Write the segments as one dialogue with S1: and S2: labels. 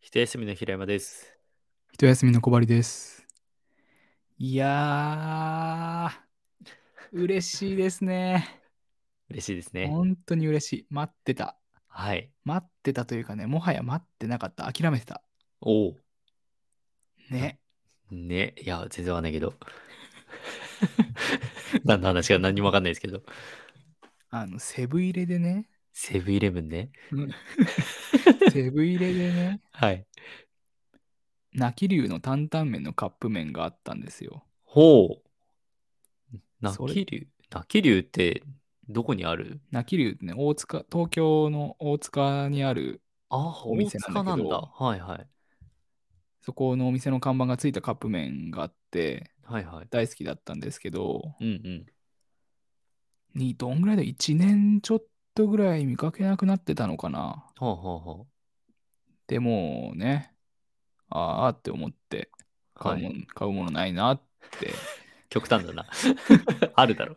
S1: 一休みの平山です。
S2: 一休みの小針です。いやー、嬉しいですね。
S1: 嬉しいですね。
S2: 本当に嬉しい。待ってた。
S1: はい。
S2: 待ってたというかね、もはや待ってなかった。諦めてた。
S1: おお。
S2: ね。
S1: ね。いや、全然わかんないけど。 何の話か何にもわかんないですけど。
S2: あの、セブン入れで ね、
S1: セブンイレブンね。
S2: セブン入れでね、
S1: はい。
S2: 泣き竜の担々麺のカップ麺があったんですよ。
S1: ほう。泣
S2: それ
S1: き竜泣き竜ってどこにある
S2: 泣き竜ってね、大塚、東京の大塚にある、
S1: ああ、
S2: お
S1: 大
S2: 店
S1: 塚
S2: な
S1: なん
S2: だけ
S1: ん
S2: ど
S1: だ。はいはい。
S2: そこのお店の看板がついたカップ麺があって、
S1: はいはい。
S2: 大好きだったんですけど、
S1: うんうん。
S2: にどんぐらいだ ?1 年ちょっとぐらい見かけなくなってたのかな
S1: はあはあは
S2: でもうね、ああって思って
S1: あ。は
S2: 買うも
S1: い。
S2: ん、買うものないなって。
S1: 極端だ な。あるだろ。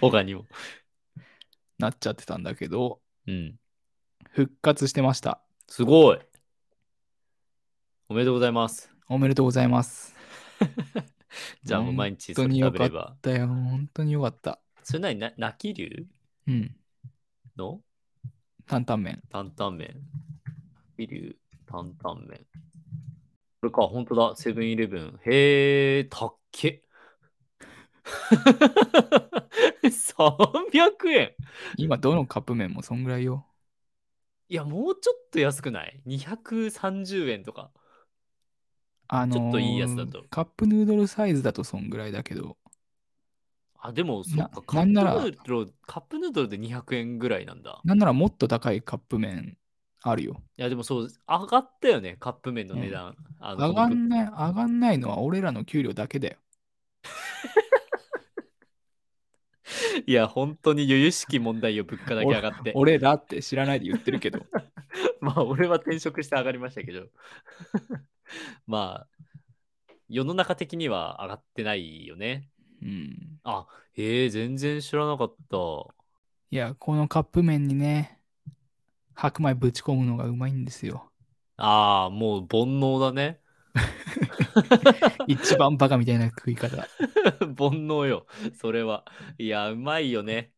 S1: 他にも。
S2: なっちゃってたんだけど、
S1: うん。
S2: 復活してました。
S1: すごい。おめでとうございます。
S2: おめでとうございます。
S1: じゃあもう毎日そ
S2: 本当
S1: れ
S2: によ
S1: 食
S2: か
S1: べ
S2: った
S1: れば。
S2: だよ、本当によかった。
S1: それなにな、泣き竜
S2: うん。
S1: の
S2: 担々麺。
S1: 担々麺。泣き竜担々麺。これか、本当だ、セブンイレブン。へー、たっけ。300円
S2: 今、どのカップ麺もそんぐらいよ。
S1: いや、もうちょっと安くない ?230 円とか。
S2: あのー
S1: ちょっといいやつだと
S2: カップヌードルサイズだとそんぐらいだけど、
S1: あ、でも、そっか、カッ
S2: な
S1: プヌ
S2: なんなら
S1: ードル、カップヌードルで200円ぐらいなんだ。
S2: なんならもっと高いカップ麺あるよ。
S1: いや、でもそう、上がったよね、カップ麺の値段。あの
S2: 上がんない、上がんないのは俺らの給料だけだよ。
S1: いや、本当に由々しき問題よ、物価だけ上がって。
S2: 俺らって知らないで言ってるけど。
S1: まあ、俺は転職して上がりましたけど。 まあ、世の中的には上がってないよね。
S2: うん。
S1: あ、えー、全然知らなかった。
S2: いや、このカップ麺にね、白米ぶち込むのがうまいんですよ。
S1: ああ、もう煩悩だね。
S2: 一番バカみたいな食い方。
S1: 煩悩よ、それは。いや、うまいよね。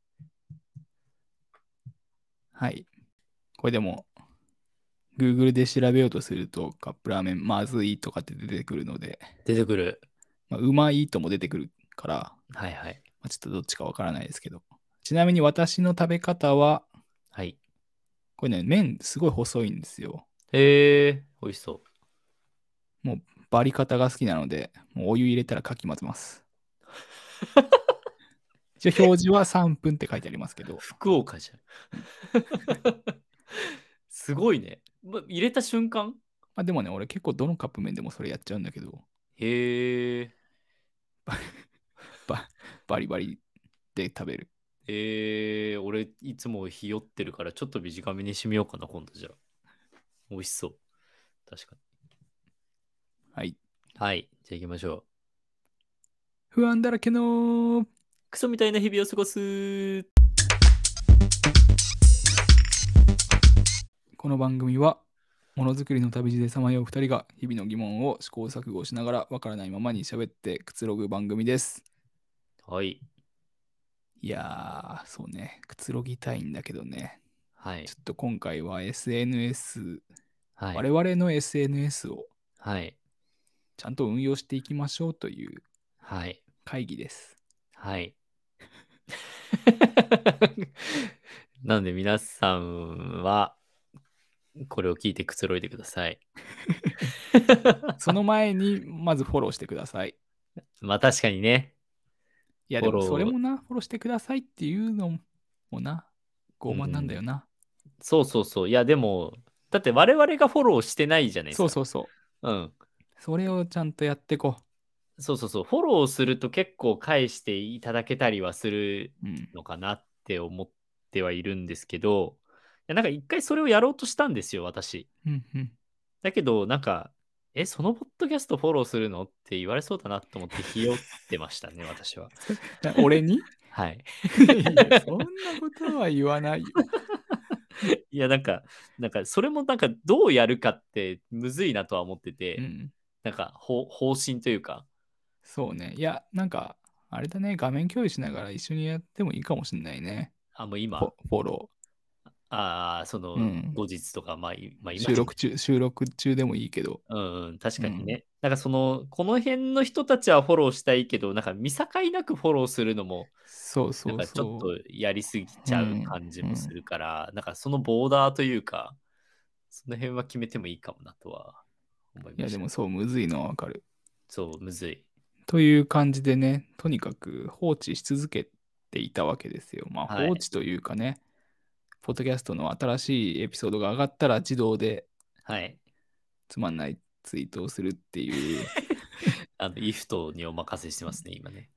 S2: はい。これでも、Google で調べようとすると、カップラーメンまずいとかって出てくるので、
S1: 出てくる。
S2: まあ、うまいとも出てくるから、
S1: はいはい。
S2: まあ、ちょっとどっちかわからないですけど。ちなみに私の食べ方は、
S1: はい。
S2: これね、麺すごい細いんですよ。
S1: えー、美味しそう。
S2: バリ方が好きなので、もうお湯入れたらかき混 ぜます。一応表示は3分って書いてありますけど、
S1: 福岡 じゃん。すごいね。ま、入れた瞬間
S2: まあ、でもね、俺結構どのカップ麺でもそれやっちゃうんだけど、
S1: へえ、
S2: バリバリで食べる。
S1: へえ、俺いつもひよってるからちょっと短めにしみようかな、今度じゃあ。美味しそう。確かに。
S2: はい。
S1: はい、じゃあ行きましょう。
S2: 不安だらけの
S1: クソみたいな日々を過ごす。
S2: この番組は、ものづくりの旅路でさまよう2人が日々の疑問を試行錯誤しながらわからないままに喋ってくつろぐ番組です。
S1: はい、
S2: いやー、そうね、くつろぎたいんだけどね、
S1: はい
S2: ちょ、っと今回は SNS、
S1: は
S2: 我
S1: い、
S2: 々の SNS を
S1: はい、
S2: ちゃんと運用していきましょうという
S1: はい、
S2: 会議です。
S1: はい。なんで皆さんはこれを聞いてくつろいでください。
S2: その前に、まずフォローしてください。
S1: まあ確かにね。
S2: いや、でも
S1: フォロー
S2: それもな、フォローしてくださいっていうのもな、傲慢なんだよな。
S1: そうそうそう。いやでも、だって我々がフォローしてないじゃないです
S2: そ
S1: か。
S2: うそうそう。
S1: う。うん。
S2: それをちゃんとやってこ
S1: そうそうそう。フォローすると結構返していただけたりはする
S2: う。うん。
S1: のかなって思ってはいるんですけど、いやなんか一回それをやろうとしたんですよ、私。
S2: うんうん。
S1: だけど、なんか、え、そのポッドキャストフォローするのって言われそうだなと思って、ひよってましたね、私は。
S2: だ俺にい
S1: はい。
S2: やそんなことは言わないよ。
S1: いや、なんか、なんか、それもなんか、どうやるかってむずいなとは思ってて、
S2: うん。
S1: なんか方、方針というか、
S2: そうね。いや、なんか、あれだね、画面共有しながら一緒にやってもいいかもしれないね。
S1: あ、もう今、
S2: フォフォロ
S1: ああ、その、
S2: うん
S1: 後日とか、まあ、いまあ、
S2: ー。
S1: 今
S2: 収録中、収録中でもいいけど。
S1: うんうん、確かにね。なんかその、この辺の人たちはフォローしたいけど、なんか見境なくフォローするのも、
S2: そう
S1: な
S2: そ
S1: ん
S2: う
S1: かち
S2: そう。
S1: ょっとやりすぎちゃう感じもするから、なんかそのボーダーというか、その辺は決めてもいいかもなとは思いました。
S2: いや、でもそう、むずいのはわかる。
S1: そう、むずい。
S2: という感じでね、とにかく放置し続けていたわけですよ。まあ、
S1: はい
S2: 放置というかね、ポッドキャストの新しいエピソードが上がったら自動で
S1: はい。
S2: つまんないツイートをするっ ていう
S1: あの、イフトにお任せしてますね、今ね。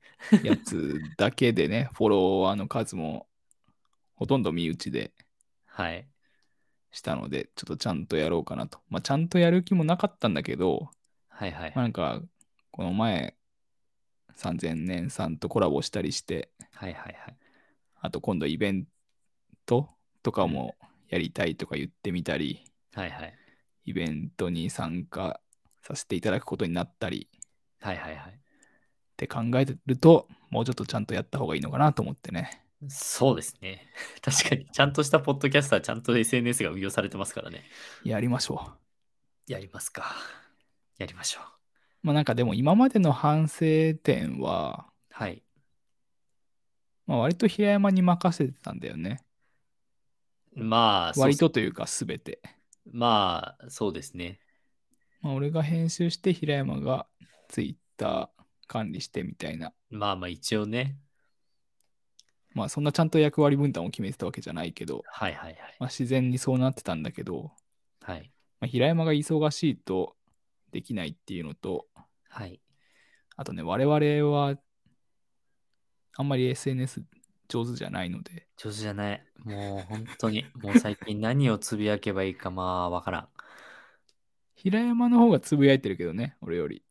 S2: やつだけでね、フォロワーの数もほとんど身内で
S1: はい。
S2: したので、ちょっとちゃんとやろうかなと。まあ、ちゃんとやる気もなかったんだけど、
S1: はいはい
S2: まあ、。なんか、この前、3000年さんとコラボしたりして、
S1: はいはいはい。
S2: あと今度イベントとかもやりたいとか言ってみたり、
S1: はいはい。
S2: イベントに参加させていただくことになったり
S1: はいはいはい。
S2: って考えてると、もうちょっとちゃんとやった方がいいのかなと思ってね。
S1: そうですね。 確かに、ちゃんとしたポッドキャスター、ちゃんと SNS が運用されてますからね。
S2: やりましょ
S1: やりますか。やりましょう。
S2: う。まあなんかでも今までの反省点は、
S1: はい。
S2: まあ、割と平山に任せてたんだよね。
S1: まあ、そう
S2: 割とというか全て。
S1: まあ、そうですね。
S2: まあ、俺が編集して平山がツイッター管理してみたいな。
S1: まあまあ、一応ね。
S2: まあそんなちゃんと役割分担を決めてたわけじゃないけど、
S1: はいはいはい。
S2: まあ、自然にそうなってたんだけど、
S1: はい。
S2: まあ、平山が忙しいとできないっていうのと、
S1: はい。
S2: あとね、我々はあんまり SNS 上手じゃないので、
S1: 上手じゃない。もう本当 に、もう最近何をつぶやけばいいかまあわから
S2: 平山の方がつぶやいてるけどね、俺より。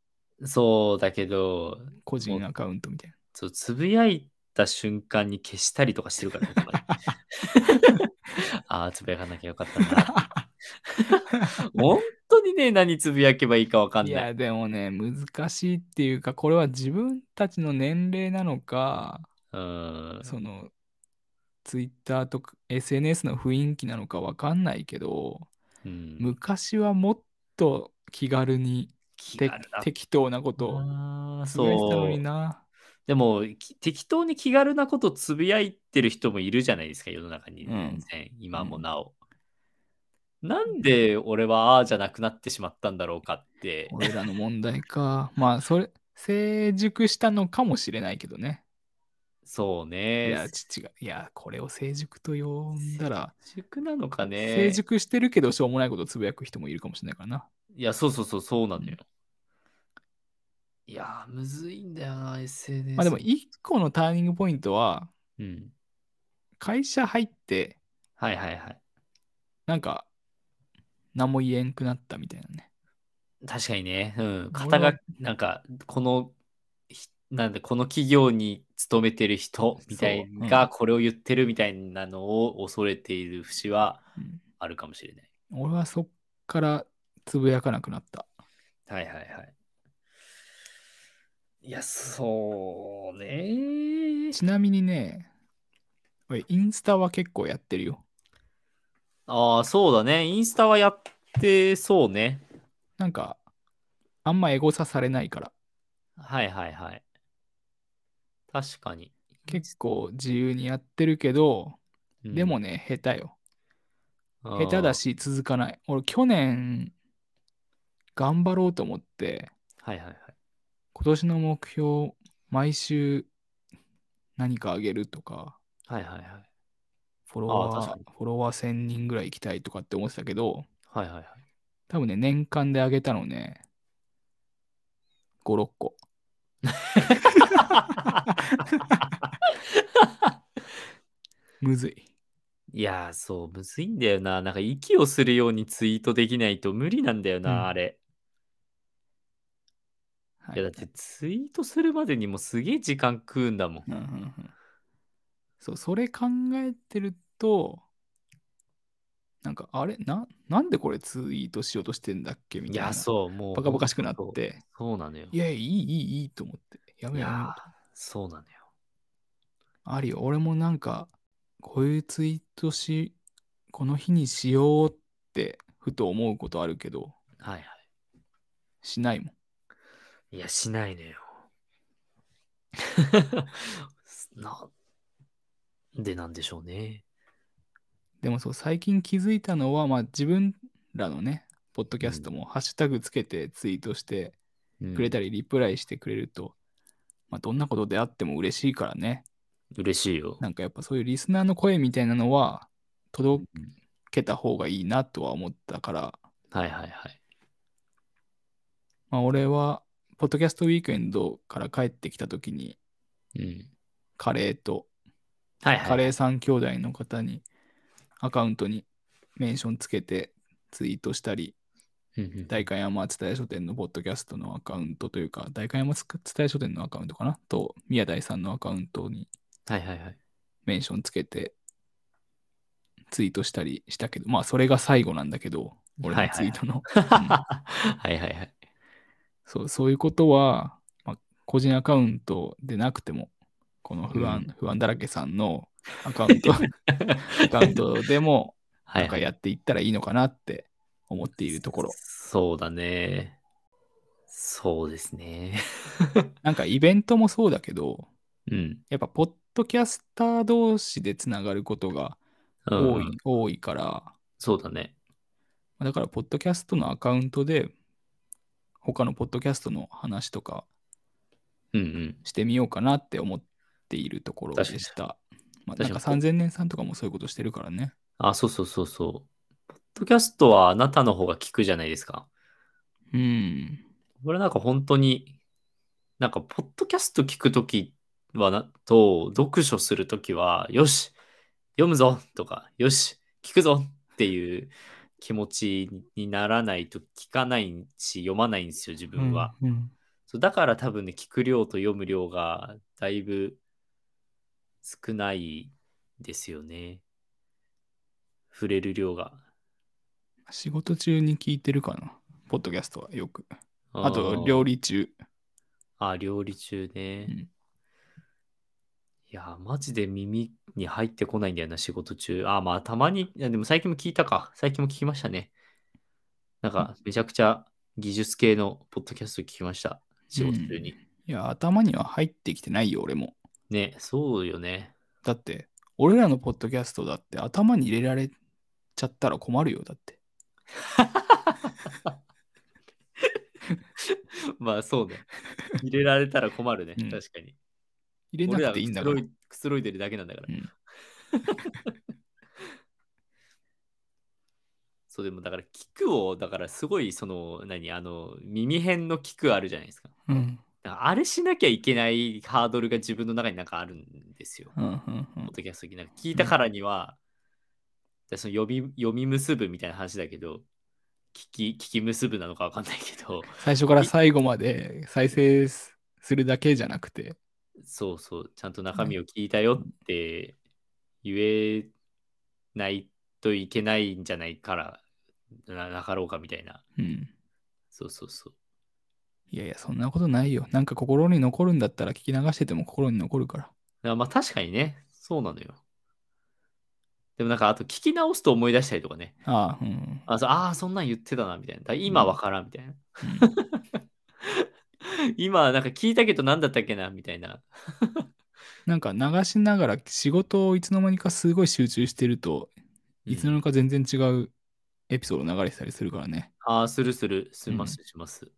S1: ん。そうだけど、
S2: 個人アカウントみたいな。
S1: そうつぶやいた瞬間に消したりとかしてるから、 ね、ああ、つぶやかなきゃよかった な。本当にね、何つぶやけばいいかわかん
S2: い
S1: ない。
S2: や、でもね、難しいっていうか、これは自分たちの年齢なのか、
S1: うーん。
S2: その、Twitter とか SNS の雰囲気なのかわかんないけど、
S1: うん、
S2: 昔はもっと気軽に
S1: 気
S2: て
S1: 軽だった
S2: 適当なことを
S1: なあ
S2: つぶやいてたの
S1: そう
S2: にな。
S1: でもき適当に気軽なことつぶやいてる人もいるじゃないですか世の中に、
S2: うん
S1: 全然今もなお、なんで俺はああじゃなくなってしまったんだろうかって
S2: 俺らの問題か。 まあ、それ、成熟したのかもしれないけどね。
S1: そう
S2: い
S1: ね
S2: や、父が、いや、これを成熟と呼んだら、
S1: 成熟なのかね
S2: 成熟してるけど、しょうもないことをつぶやく人もいるかもしれないからな。
S1: いやそうそうそうそうなのよ、いやーむずいんだよな SNS
S2: まあでも、一個のターニングポイントは、
S1: うん
S2: 会社入って、
S1: はいはいはい
S2: なんか、何も言えんくなったみたいなね。
S1: 確かにね、うん、
S2: 俺は
S1: 肩がなんかこのひなんでこの企業に勤めてる人みたい
S2: そうう
S1: がこれを言ってるみたいなのを恐れている節は
S2: うん
S1: あるかもしれない。
S2: 俺はそっからつぶやかなくなった。
S1: はいはいはい。いや、そうね。
S2: ちなみにね、俺、インスタは結構やってるよ。
S1: ああ、そうだね。インスタはやってそうね。
S2: なんか、あんまエゴサされないから。
S1: はいはいはい。確かに。
S2: 結構自由にやってるけど、
S1: うん
S2: でも、ね、下手よ。
S1: 下
S2: 下手だ。し続かない。俺、去年、頑張ろうと思って、
S1: はいはいはい。
S2: 今年の目標、毎週何かあげるとか、
S1: はいはいはい。
S2: フォロ
S1: ああ
S2: ワ
S1: 確
S2: ー
S1: かに、
S2: フォロワー1000人ぐらい行きたいとかって思ってたけど、
S1: はいはいはい。
S2: 多分ね、年間であげたのね、5、6個。 むずい。
S1: いやー、そう、むずいんだよな。なんか、息をするようにツイートできないと無理なんだよな、
S2: うん
S1: あれ。
S2: はい
S1: や、だって、ツイートするまでにもすげえ時間食うんだもん。
S2: うんうんうんそう、それ考えてると、なんか、あれな、なんでこれツイートしようとしてんだっけみ
S1: い
S2: たいな。
S1: や、そう、もう。
S2: バカバカしくなっ
S1: そう。
S2: て。
S1: そうなのよ。
S2: いやいや、いい、いい、いいと思って。や
S1: い
S2: めようやめよ
S1: や
S2: うと。
S1: そうなのよ。
S2: あるよ。俺もなんか、こういうツイートし、この日にしようって、ふと思うことあるけど、
S1: はいはい。
S2: しないもん。
S1: いや、しないのよ。 なんでなんでしょうね。
S2: でもそう、最近気づいたのは、まあ自分らのね、ポッドキャストもハッシュタグつけてツイートしてくれた
S1: り。
S2: り、リプライしてくれると、まあどんなことであっても嬉しいからね。
S1: 嬉しいよ。
S2: なんかやっぱそういうリスナーの声みたいなのは、届
S1: うん
S2: けた方がいいなとは思ったから、
S1: はいはいはい。
S2: まあ俺は、ポッドキャストウィークエンドから帰ってきた時に、
S1: うん。
S2: カレーと
S1: はいはい。
S2: カレー三兄弟の方にアカウントにメンションつけてツイートしたり、
S1: うんうん
S2: 代官山伝え書店のポッドキャストのアカウントというか、代官山伝え書店のアカウントかなと、宮台さんのアカウントに
S1: はいはい はい。
S2: メンションつけてツイートしたりしたけど、まあそれが最後なんだけど、俺
S1: はい
S2: の
S1: は
S2: ツ
S1: い
S2: イ
S1: はい
S2: ートの。
S1: はいはいはい。
S2: そうそういうことは、まあ、個人アカウントでなくても、この不安、不安だらけさんのアカ ウント、アカウントでも、
S1: は
S2: なん
S1: いは
S2: か
S1: い。
S2: やっていったらいいのかなって思っているところ。
S1: そうだね。そうですね。
S2: なんかイベントもそうだけど、
S1: うん。
S2: やっぱポッドキャスター同士でつながることが
S1: うん
S2: 多い、多いから、
S1: そうだね。
S2: だからポッドキャストのアカウントで、他のポッドキャストの話とか
S1: うんうん。
S2: してみようかなって思っているところでした。まあ、なん
S1: 確
S2: か
S1: かに
S2: 3000年さんとかもそういうことしてるからね。
S1: あ、そうそうそうそう。ポッドキャストはあなたの方が聞くじゃないですか。
S2: うん。
S1: 俺なんか本当に、なんかポッドキャスト聞くときはな、と、読書するときは、よし、読むぞとか、よし、聞くぞっていう気持ちにならないと聞かないし、読まないんですよ、自分は。
S2: うん。うん
S1: そうだから多分ね、聞く量と読む量がだいぶ少ないですよね。触れる量が。
S2: 仕事中に聞いてるかな。ポッドキャストはよく。
S1: あ
S2: あと、料
S1: 理。
S2: 理中。
S1: あ、料理中ね。
S2: うん
S1: いや、マジで耳に入ってこないんだよな、仕事中。あ、まあ、たまに、いやでも最近も聞いたか。最近も聞きましたね。なんか、めちゃくちゃ技術系のポッドキャスト聞きました。仕事中に。
S2: いや、頭には入ってきてないよ、俺も。
S1: ね、そうよね。
S2: だって、俺らのポッドキャストだって頭に入れられちゃったら困るよ、だって。
S1: まあ、 そうね。入れられたら困るね、
S2: うん
S1: 確かに。
S2: 入れ
S1: 俺
S2: な
S1: ら
S2: くていいんだ
S1: がくつろ
S2: から。
S1: いくつろいでるだけなんだから。
S2: うん
S1: そう、でもだから、聞くを、だからすごい、その、何、あの、耳辺の聞くあるじゃないですか。
S2: うん。
S1: あれしなきゃいけないハードルが自分の中になんかあるんですよ。
S2: うん。うんう
S1: ポッ
S2: ん
S1: ドキャスト聞いなんか聞いたからには、でその読み読み結ぶみたいな話だけど、聞き聞き結ぶなのかわかんないけど、
S2: 最初から最後まで再生すするだけじゃなくて、
S1: そうそう、ちゃんと中身を聞いたよって言えないといけないんじゃないからななかろうかみたいな。
S2: うん。
S1: そうそうそう。
S2: いやいや、そんなことないよ。なんか心に残るんだったら聞き流してても心に残るから。
S1: あまあ確かにね、そうなのよ。でもなんかあと聞き直すと思い出したりとかね。
S2: ああ、うん。
S1: あそうあー、そんなん言ってたなみたいな。だから今わからんみたいな。 今なんか聞いたけど何だったっけなみたいな。
S2: なんか流しながら仕事をいつの間にかすごい集中してると、いつの間にか全然違うエピソード流れてたりするからね。
S1: ああ、するする、す
S2: うん
S1: ますします。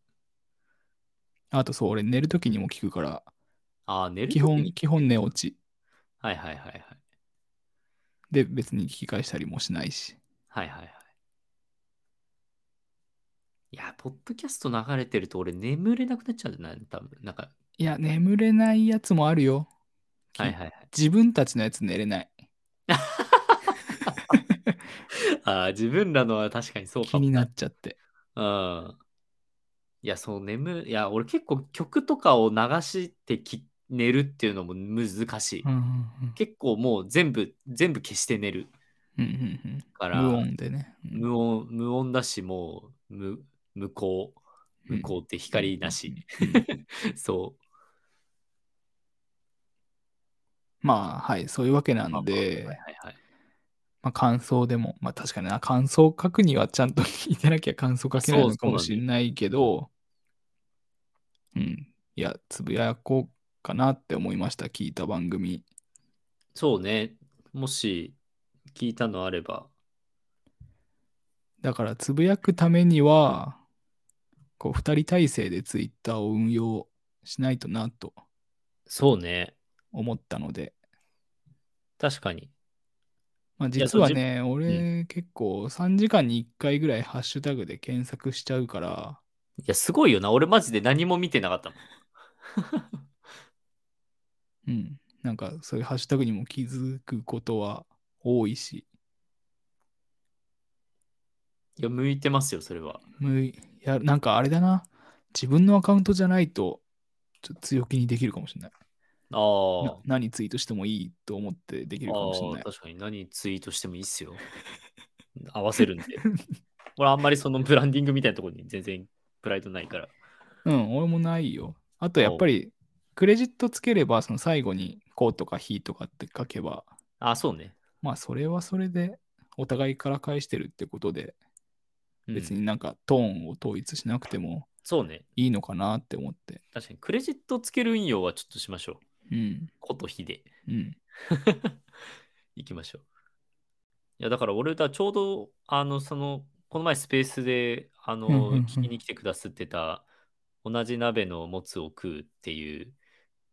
S2: あとそう、俺寝るときにも聞くから、
S1: ああ、寝る時
S2: 基
S1: に
S2: 本、基本寝落ち。
S1: はいはいはいはい。
S2: で、別に聞き返したりもしないし。
S1: はいはいはい。いや、ポッドキャスト流れてると俺眠れなくなっちゃうんだよな、多分なんか、
S2: いや、眠れないやつもあるよ。
S1: はいはいはい。
S2: 自分たちのやつ寝れない。
S1: ああ、自分らのは確かにそう
S2: 気
S1: かも
S2: になっちゃって。
S1: うん。いや、そう、眠、いや、俺結構曲とかを流してき寝るっていうのも難しい。
S2: うんうんうん
S1: 結構もう全部、全部消して寝る。
S2: うんうん
S1: か
S2: うん。
S1: ら
S2: 無音でね。うん
S1: 無音無音だしもう無無光無光って光なし、。
S2: うんうん
S1: そ
S2: まあはい、そういうわけな
S1: うまあ
S2: ん
S1: まあ
S2: で
S1: はい、はいはい
S2: まあ感想でも、まあ確かにな、感想書くにはちゃんと聞いてなきゃ感想書けない
S1: そう
S2: のかもしれないけど、うん、いや、つぶやこうかなって思いました、聞いた番組。
S1: そうねもし聞いたのあれば
S2: だから、つぶやくためには、こう、二人体制でツイッターを運用しないとなと
S1: そうね
S2: 思ったので、
S1: 確かに
S2: まあ、
S1: や
S2: 実は
S1: そう
S2: ね、俺結構3時間に1回ぐらいハッシュタグで検索しちゃうから、
S1: いやすごいよな俺マジで何も見てなかったもん
S2: うん、なんかそういうハッシュタグにも気づくことは多いし、
S1: いや向いてますよそれは
S2: むいやなんかあれだな、自分のアカウントじゃないと、ちょっと強気にできるかもしれない。
S1: あー
S2: な何ツイートしてもいいと思ってできるかもしれな
S1: あー
S2: い。
S1: 確かに何ツイートしてもいいっすよ合わせるんで 俺あんまりそのブランディングみたいなところに全然プライドないから
S2: うん、俺もないよ。あとやっぱり、クレジットつければ、その最後に、こうとかひとかって書けば、
S1: あそうね、
S2: まあそれはそれで、お互いから返してるってことで、
S1: うん
S2: 別になんかトーンを統一しなくても
S1: そうね
S2: いいのかなって思って。
S1: 確かにクレジットつける運用はちょっとしましょう
S2: うん、
S1: ことひで
S2: うん、
S1: いきましょういやだから俺だちょうどあのそのこの前スペースであの、
S2: うんうんうん
S1: 聞きに来てくださってた同じ鍋のもつを食うっていう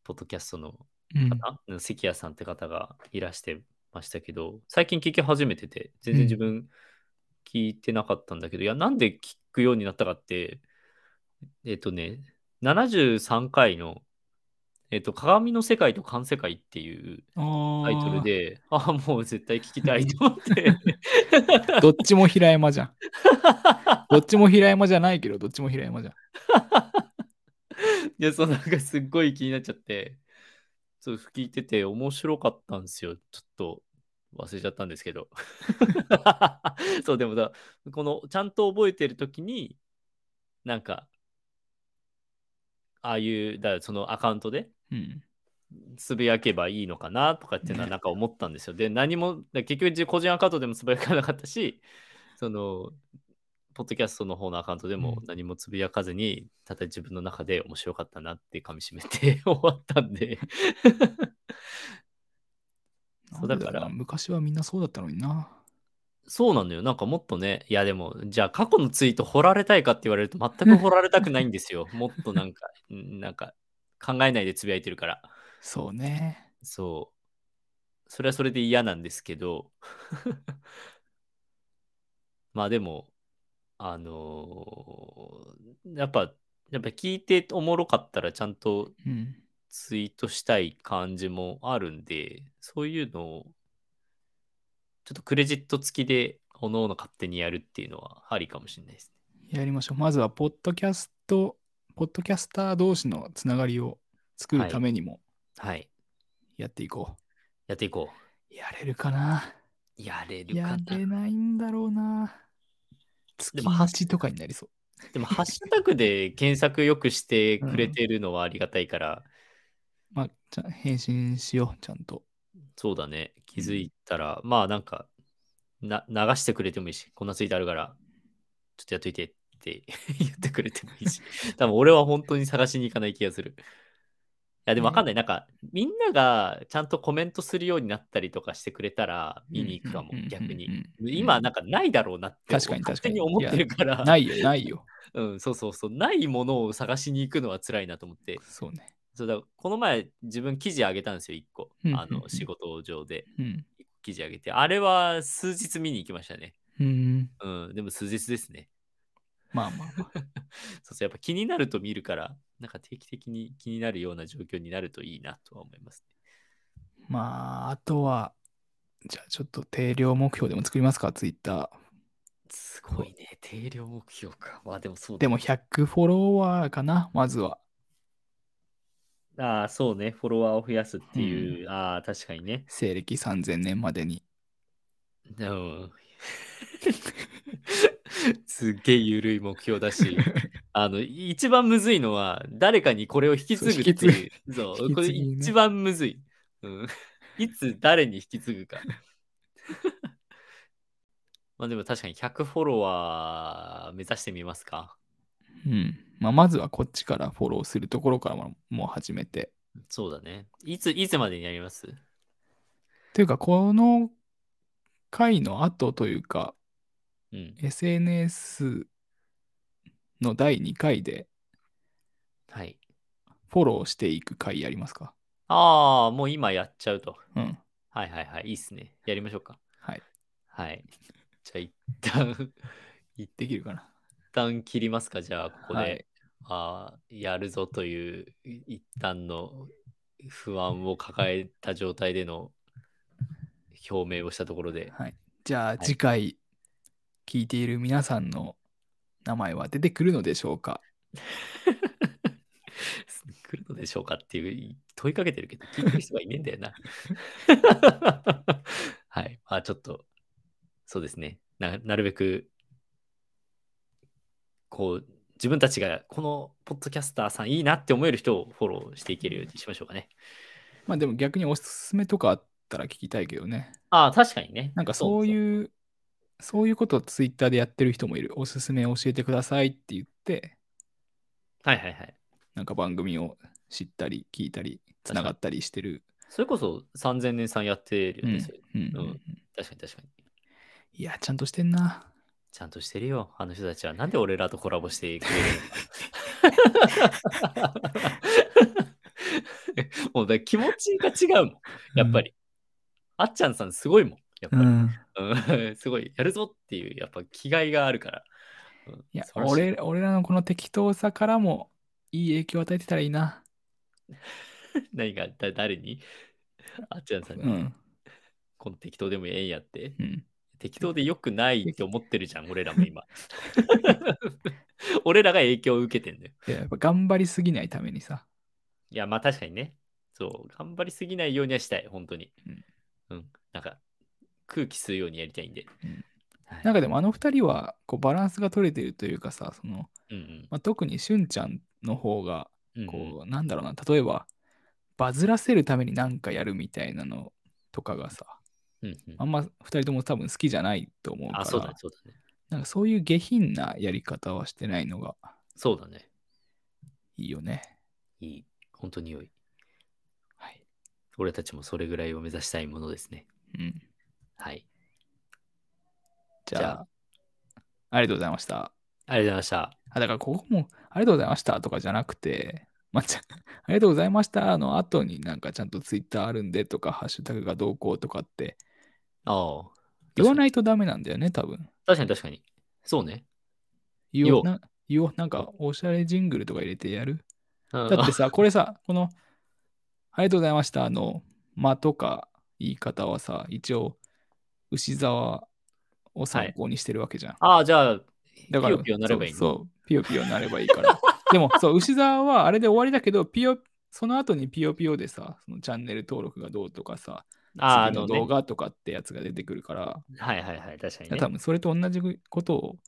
S1: ポッドキャストの
S2: うん。
S1: 方、うん、関谷さんって方がいらしてましたけど、最近聞き始めてて、全然自分聞いてなかったんだけど、いや、なんで聞くようになったかって、えっとね、73回の、えっと、鏡の世界と観世界っていう
S2: あ
S1: タイトル
S2: ー
S1: で、ああ、もう絶対聞きたいと思って。
S2: どっちも平 山じゃん。どっちも平山じゃないけど、どっちも平山じゃん。
S1: いや、そうなんかすっごい気になっちゃって、そう聞いてて面白かったんですよ。ちょっと忘れちゃったんですけど。そう、でもだ、このちゃんと覚えてる時に、なんか、ああいう、だからそのアカウントで
S2: うん。
S1: つぶやけばいいのかなとかっていうのは
S2: ね
S1: なんか思ったんですよ。で、何も、だ結局自個人アカウントでもつぶやかなかったし、 その、ポッドキャストの方のアカウントでも
S2: うん
S1: 何もつぶやかずに、ただ自分の中で面白かったなって噛み締めて 終わったんで、そう
S2: なん
S1: だ
S2: で
S1: から
S2: ろうな昔はみんなそうだったのにな。
S1: そうなんだよ。なんかもっとね、いやでも、じゃあ過去のツイート掘られたいかって言われると全く掘られたくないんですよ。もっとなんか、うんなんか考えないでつぶやいてるから。
S2: そうね。
S1: そう。それはそれで嫌なんですけど。 まあでも、あのーやっぱ、やっぱ聞いておもろかったらちゃんと
S2: うん。
S1: ツイートしたい感じもあるんで、そういうのを、ちょっとクレジット付きで、おのおの勝手にやるっていうのはありかもしれないですね。
S2: やりましょう。まずは、ポッドキャスト、ポッドキャスター同士のつながりを作るためにも
S1: はい。
S2: やっていこ
S1: やっていこ
S2: う。やれるかな
S1: う。やれるか
S2: や
S1: な。
S2: れないんだろうな。
S1: で
S2: 月
S1: もは
S2: 8とかになりそう。
S1: でも、ハッシュタグで検索よくしてくれてるのはありがたいから、
S2: まあ、ちゃん返信しよう、ちゃんと。
S1: そうだね。気づいたら、まあなんかな、流してくれてもいいし、こんなツイートあるから、ちょっとやっといてって 言ってくれてもいい し、多分俺は本当に探しに行かない気がする。いや、でもわかんない。なんか、みんながちゃんとコメントするようになったりとかしてくれたら、見に行くかも
S2: うんうんうんう、ん
S1: 逆に。。
S2: う
S1: 今、
S2: ん
S1: なんかないだろうなって、
S2: 確かに確か
S1: 勝手
S2: に
S1: に思ってるから、
S2: ないよ、ないよ。
S1: うん、そうそうそう、ないものを探しに行くのは辛いなと思って、
S2: そうね。
S1: そうだこの前、自分記事あげたんですよ、1個。
S2: うん
S1: あ
S2: うんう
S1: の
S2: ん
S1: 仕事上で。
S2: うん。
S1: 記事上げて、あれは数日見に行きましたね。
S2: うん。
S1: うん、でも数日ですね。
S2: まあまあまあ。
S1: そうそう、やっぱ気になると見るから、なんか定期的に気になるような状況になるといいなとは思います、
S2: まあ、あとは、じゃあちょっと定量目標でも作りますか、ツイッタ
S1: すごいね、定量目標か。まあでもそう
S2: ー。でも100フォロワーかな、まずは。
S1: ああ、そうね、フォロワーを増やすっていう、ああ、確かにね。
S2: 西暦3000年までに。
S1: うん、すっげえゆるい目標だしあの一番むずいのは誰かにこれを引き継ぐっていうそう
S2: 引き継ぎ
S1: これ
S2: ね
S1: 一番むずい、うん、いつ誰に引き継ぐか まあでも確かに100フォロワー目指してみますか
S2: うん。まあ、まずはこっちからフォローするところからももう始めて。
S1: そうだねいついつまでにやります
S2: というか、この回の後というか、
S1: うん
S2: SNS の第2回で
S1: はい
S2: フォローしていく回やりますか
S1: ああもう今やっちゃうと
S2: うん。
S1: はいはいはい、いいっすね。やりましょうか。
S2: はい。
S1: はい。じゃあ、一旦、一
S2: できるかな
S1: 旦切りますか、じゃあ、ここで。
S2: はい
S1: あーやるぞという、い一旦の不安を抱えた状態での表明をしたところで、
S2: はい。じゃあ、次回、聞いている皆さんの名前は出てくるのでしょうか
S1: 来るのでしょうかっていう問いかけてるけ ど、聞いてる人がいねえんだよな。 はい。まあちょっと、そうですね。ななるべく、こう、自分たちがこのポッドキャスターさんいいなって思える人をフォローしていけるようにしましょうかね。
S2: まあ、でも逆におすすめとかあったら聞きたいけどね。
S1: ああ、確かにね。
S2: なんかそう
S1: う。
S2: いう、そういうことをツイッターでやってる人もいる。おすすめ教えてくださいって言って、
S1: はいはいはい。
S2: なんか番組を知ったり、聞いたり、つながったりしてる。
S1: それこそ3000年さんやってる
S2: うんん
S1: ですよ。
S2: うん
S1: う
S2: うんん
S1: 確かに確かに。
S2: いや、ちゃんとしてんな。
S1: ちゃんとしてるよ、あの人たちは。なんで俺らとコラボしてくれるの もうだから気持ちが違うもん、やっぱり。あっちゃんさんすごいもん、やっぱ
S2: う
S1: り。
S2: ん。
S1: うん すごい、やるぞっていう、やっぱ気概があるから。うん
S2: いや
S1: 素晴らし
S2: 俺、俺らのこの適当さからもいい影響を与えてたらいいな。
S1: 何がだ誰にあっちゃんさん
S2: う
S1: に、
S2: ん。
S1: この適当でもええんやって。
S2: うん、
S1: 適当でよくないって思ってるじゃん、俺らも 今。俺らが影響を受けてんだよ。
S2: いややっぱ頑張りすぎないためにさ。
S1: いや、まあ確かにね。そう、頑張りすぎないようにはしたい、本当に。
S2: うん。
S1: うん、なんか、空気吸うようにやりたいんで。
S2: うん
S1: はい
S2: なんかでもあの二人はこうバランスが取れてるというかさ、その
S1: うん
S2: まあ、特にしゅんちゃんの方が
S1: うん。
S2: こう、なんだろうな例えばバズらせるために何かやるみたいなのとかがさ
S1: うんうん、うんうん
S2: あんま2人とも多分好きじゃないと思うから
S1: あ、そうだね、そうだね。
S2: なんかそういう下品なやり方はしてないのが
S1: そうだね。
S2: いいよね。
S1: いい。本当に良い。
S2: はい
S1: 俺たちもそれぐらいを目指したいものですね。
S2: うん、
S1: はい。
S2: じゃあ
S1: じゃあ
S2: ありがとうございました。
S1: ありがとうございました。
S2: あだからここもありがとうございましたとかじゃなくて、まあ、ちゃ ありがとうございましたの後になんかちゃんとツイッターあるんでとかハッシュタグがどうこうとかって
S1: ああ。。
S2: 言わないいとダメなんだよね多分。
S1: 確かに確かに。そうね。
S2: 言
S1: 言お
S2: おう
S1: う
S2: な言おうなんかおしゃれジングルとか入れてやる
S1: だ
S2: だってさこれさこの「ありがとうございました」の「間」とか言い方はさ一応牛沢を参考にしてるわけじゃん、
S1: ああ、じゃあ、
S2: だから
S1: ピヨピヨなればいいの
S2: そうそうピヨピヨなればいいから でもそう牛沢はあれで終わりだけどピヨその後にピヨピヨでさそのチャンネル登録がどうとかさ
S1: ああ、あ
S2: 次
S1: の、
S2: の
S1: ね
S2: 動、画とかってやつが出てくるから、
S1: はいはいはい、確かに、
S2: 多
S1: ね。
S2: 分それと同じことを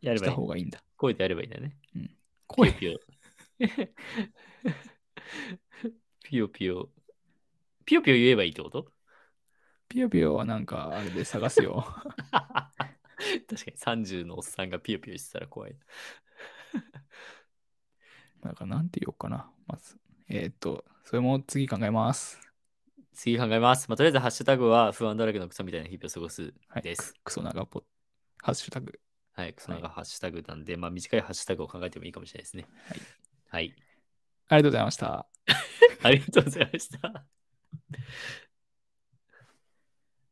S1: やれ
S2: し
S1: ばい
S2: た
S1: い。
S2: 方がいいんだ
S1: 声でやればいいんだね。
S2: 声
S1: ピヨピヨ。 ピヨピヨ。ピヨピヨ言えばいいってこと
S2: ピヨピヨはなんかあれで探すよ。
S1: 確かに30のおっさんがピヨピヨしてたら怖い。
S2: なんかなんて言おうかな。まず。えーっと、それも次考えます。
S1: 次考えます。まあ、とりあえずハッシュタグは不安だらけのクソみたいな日々を過ごす
S2: はい。
S1: です。
S2: クソ長ポッ、ハッシュタグ。
S1: はい。そのがハッシュタグなんで、まあ短いハッシュタグを考えてもいいかもしれないですね。はい。
S2: ありがとうございました。
S1: ありがとうございました。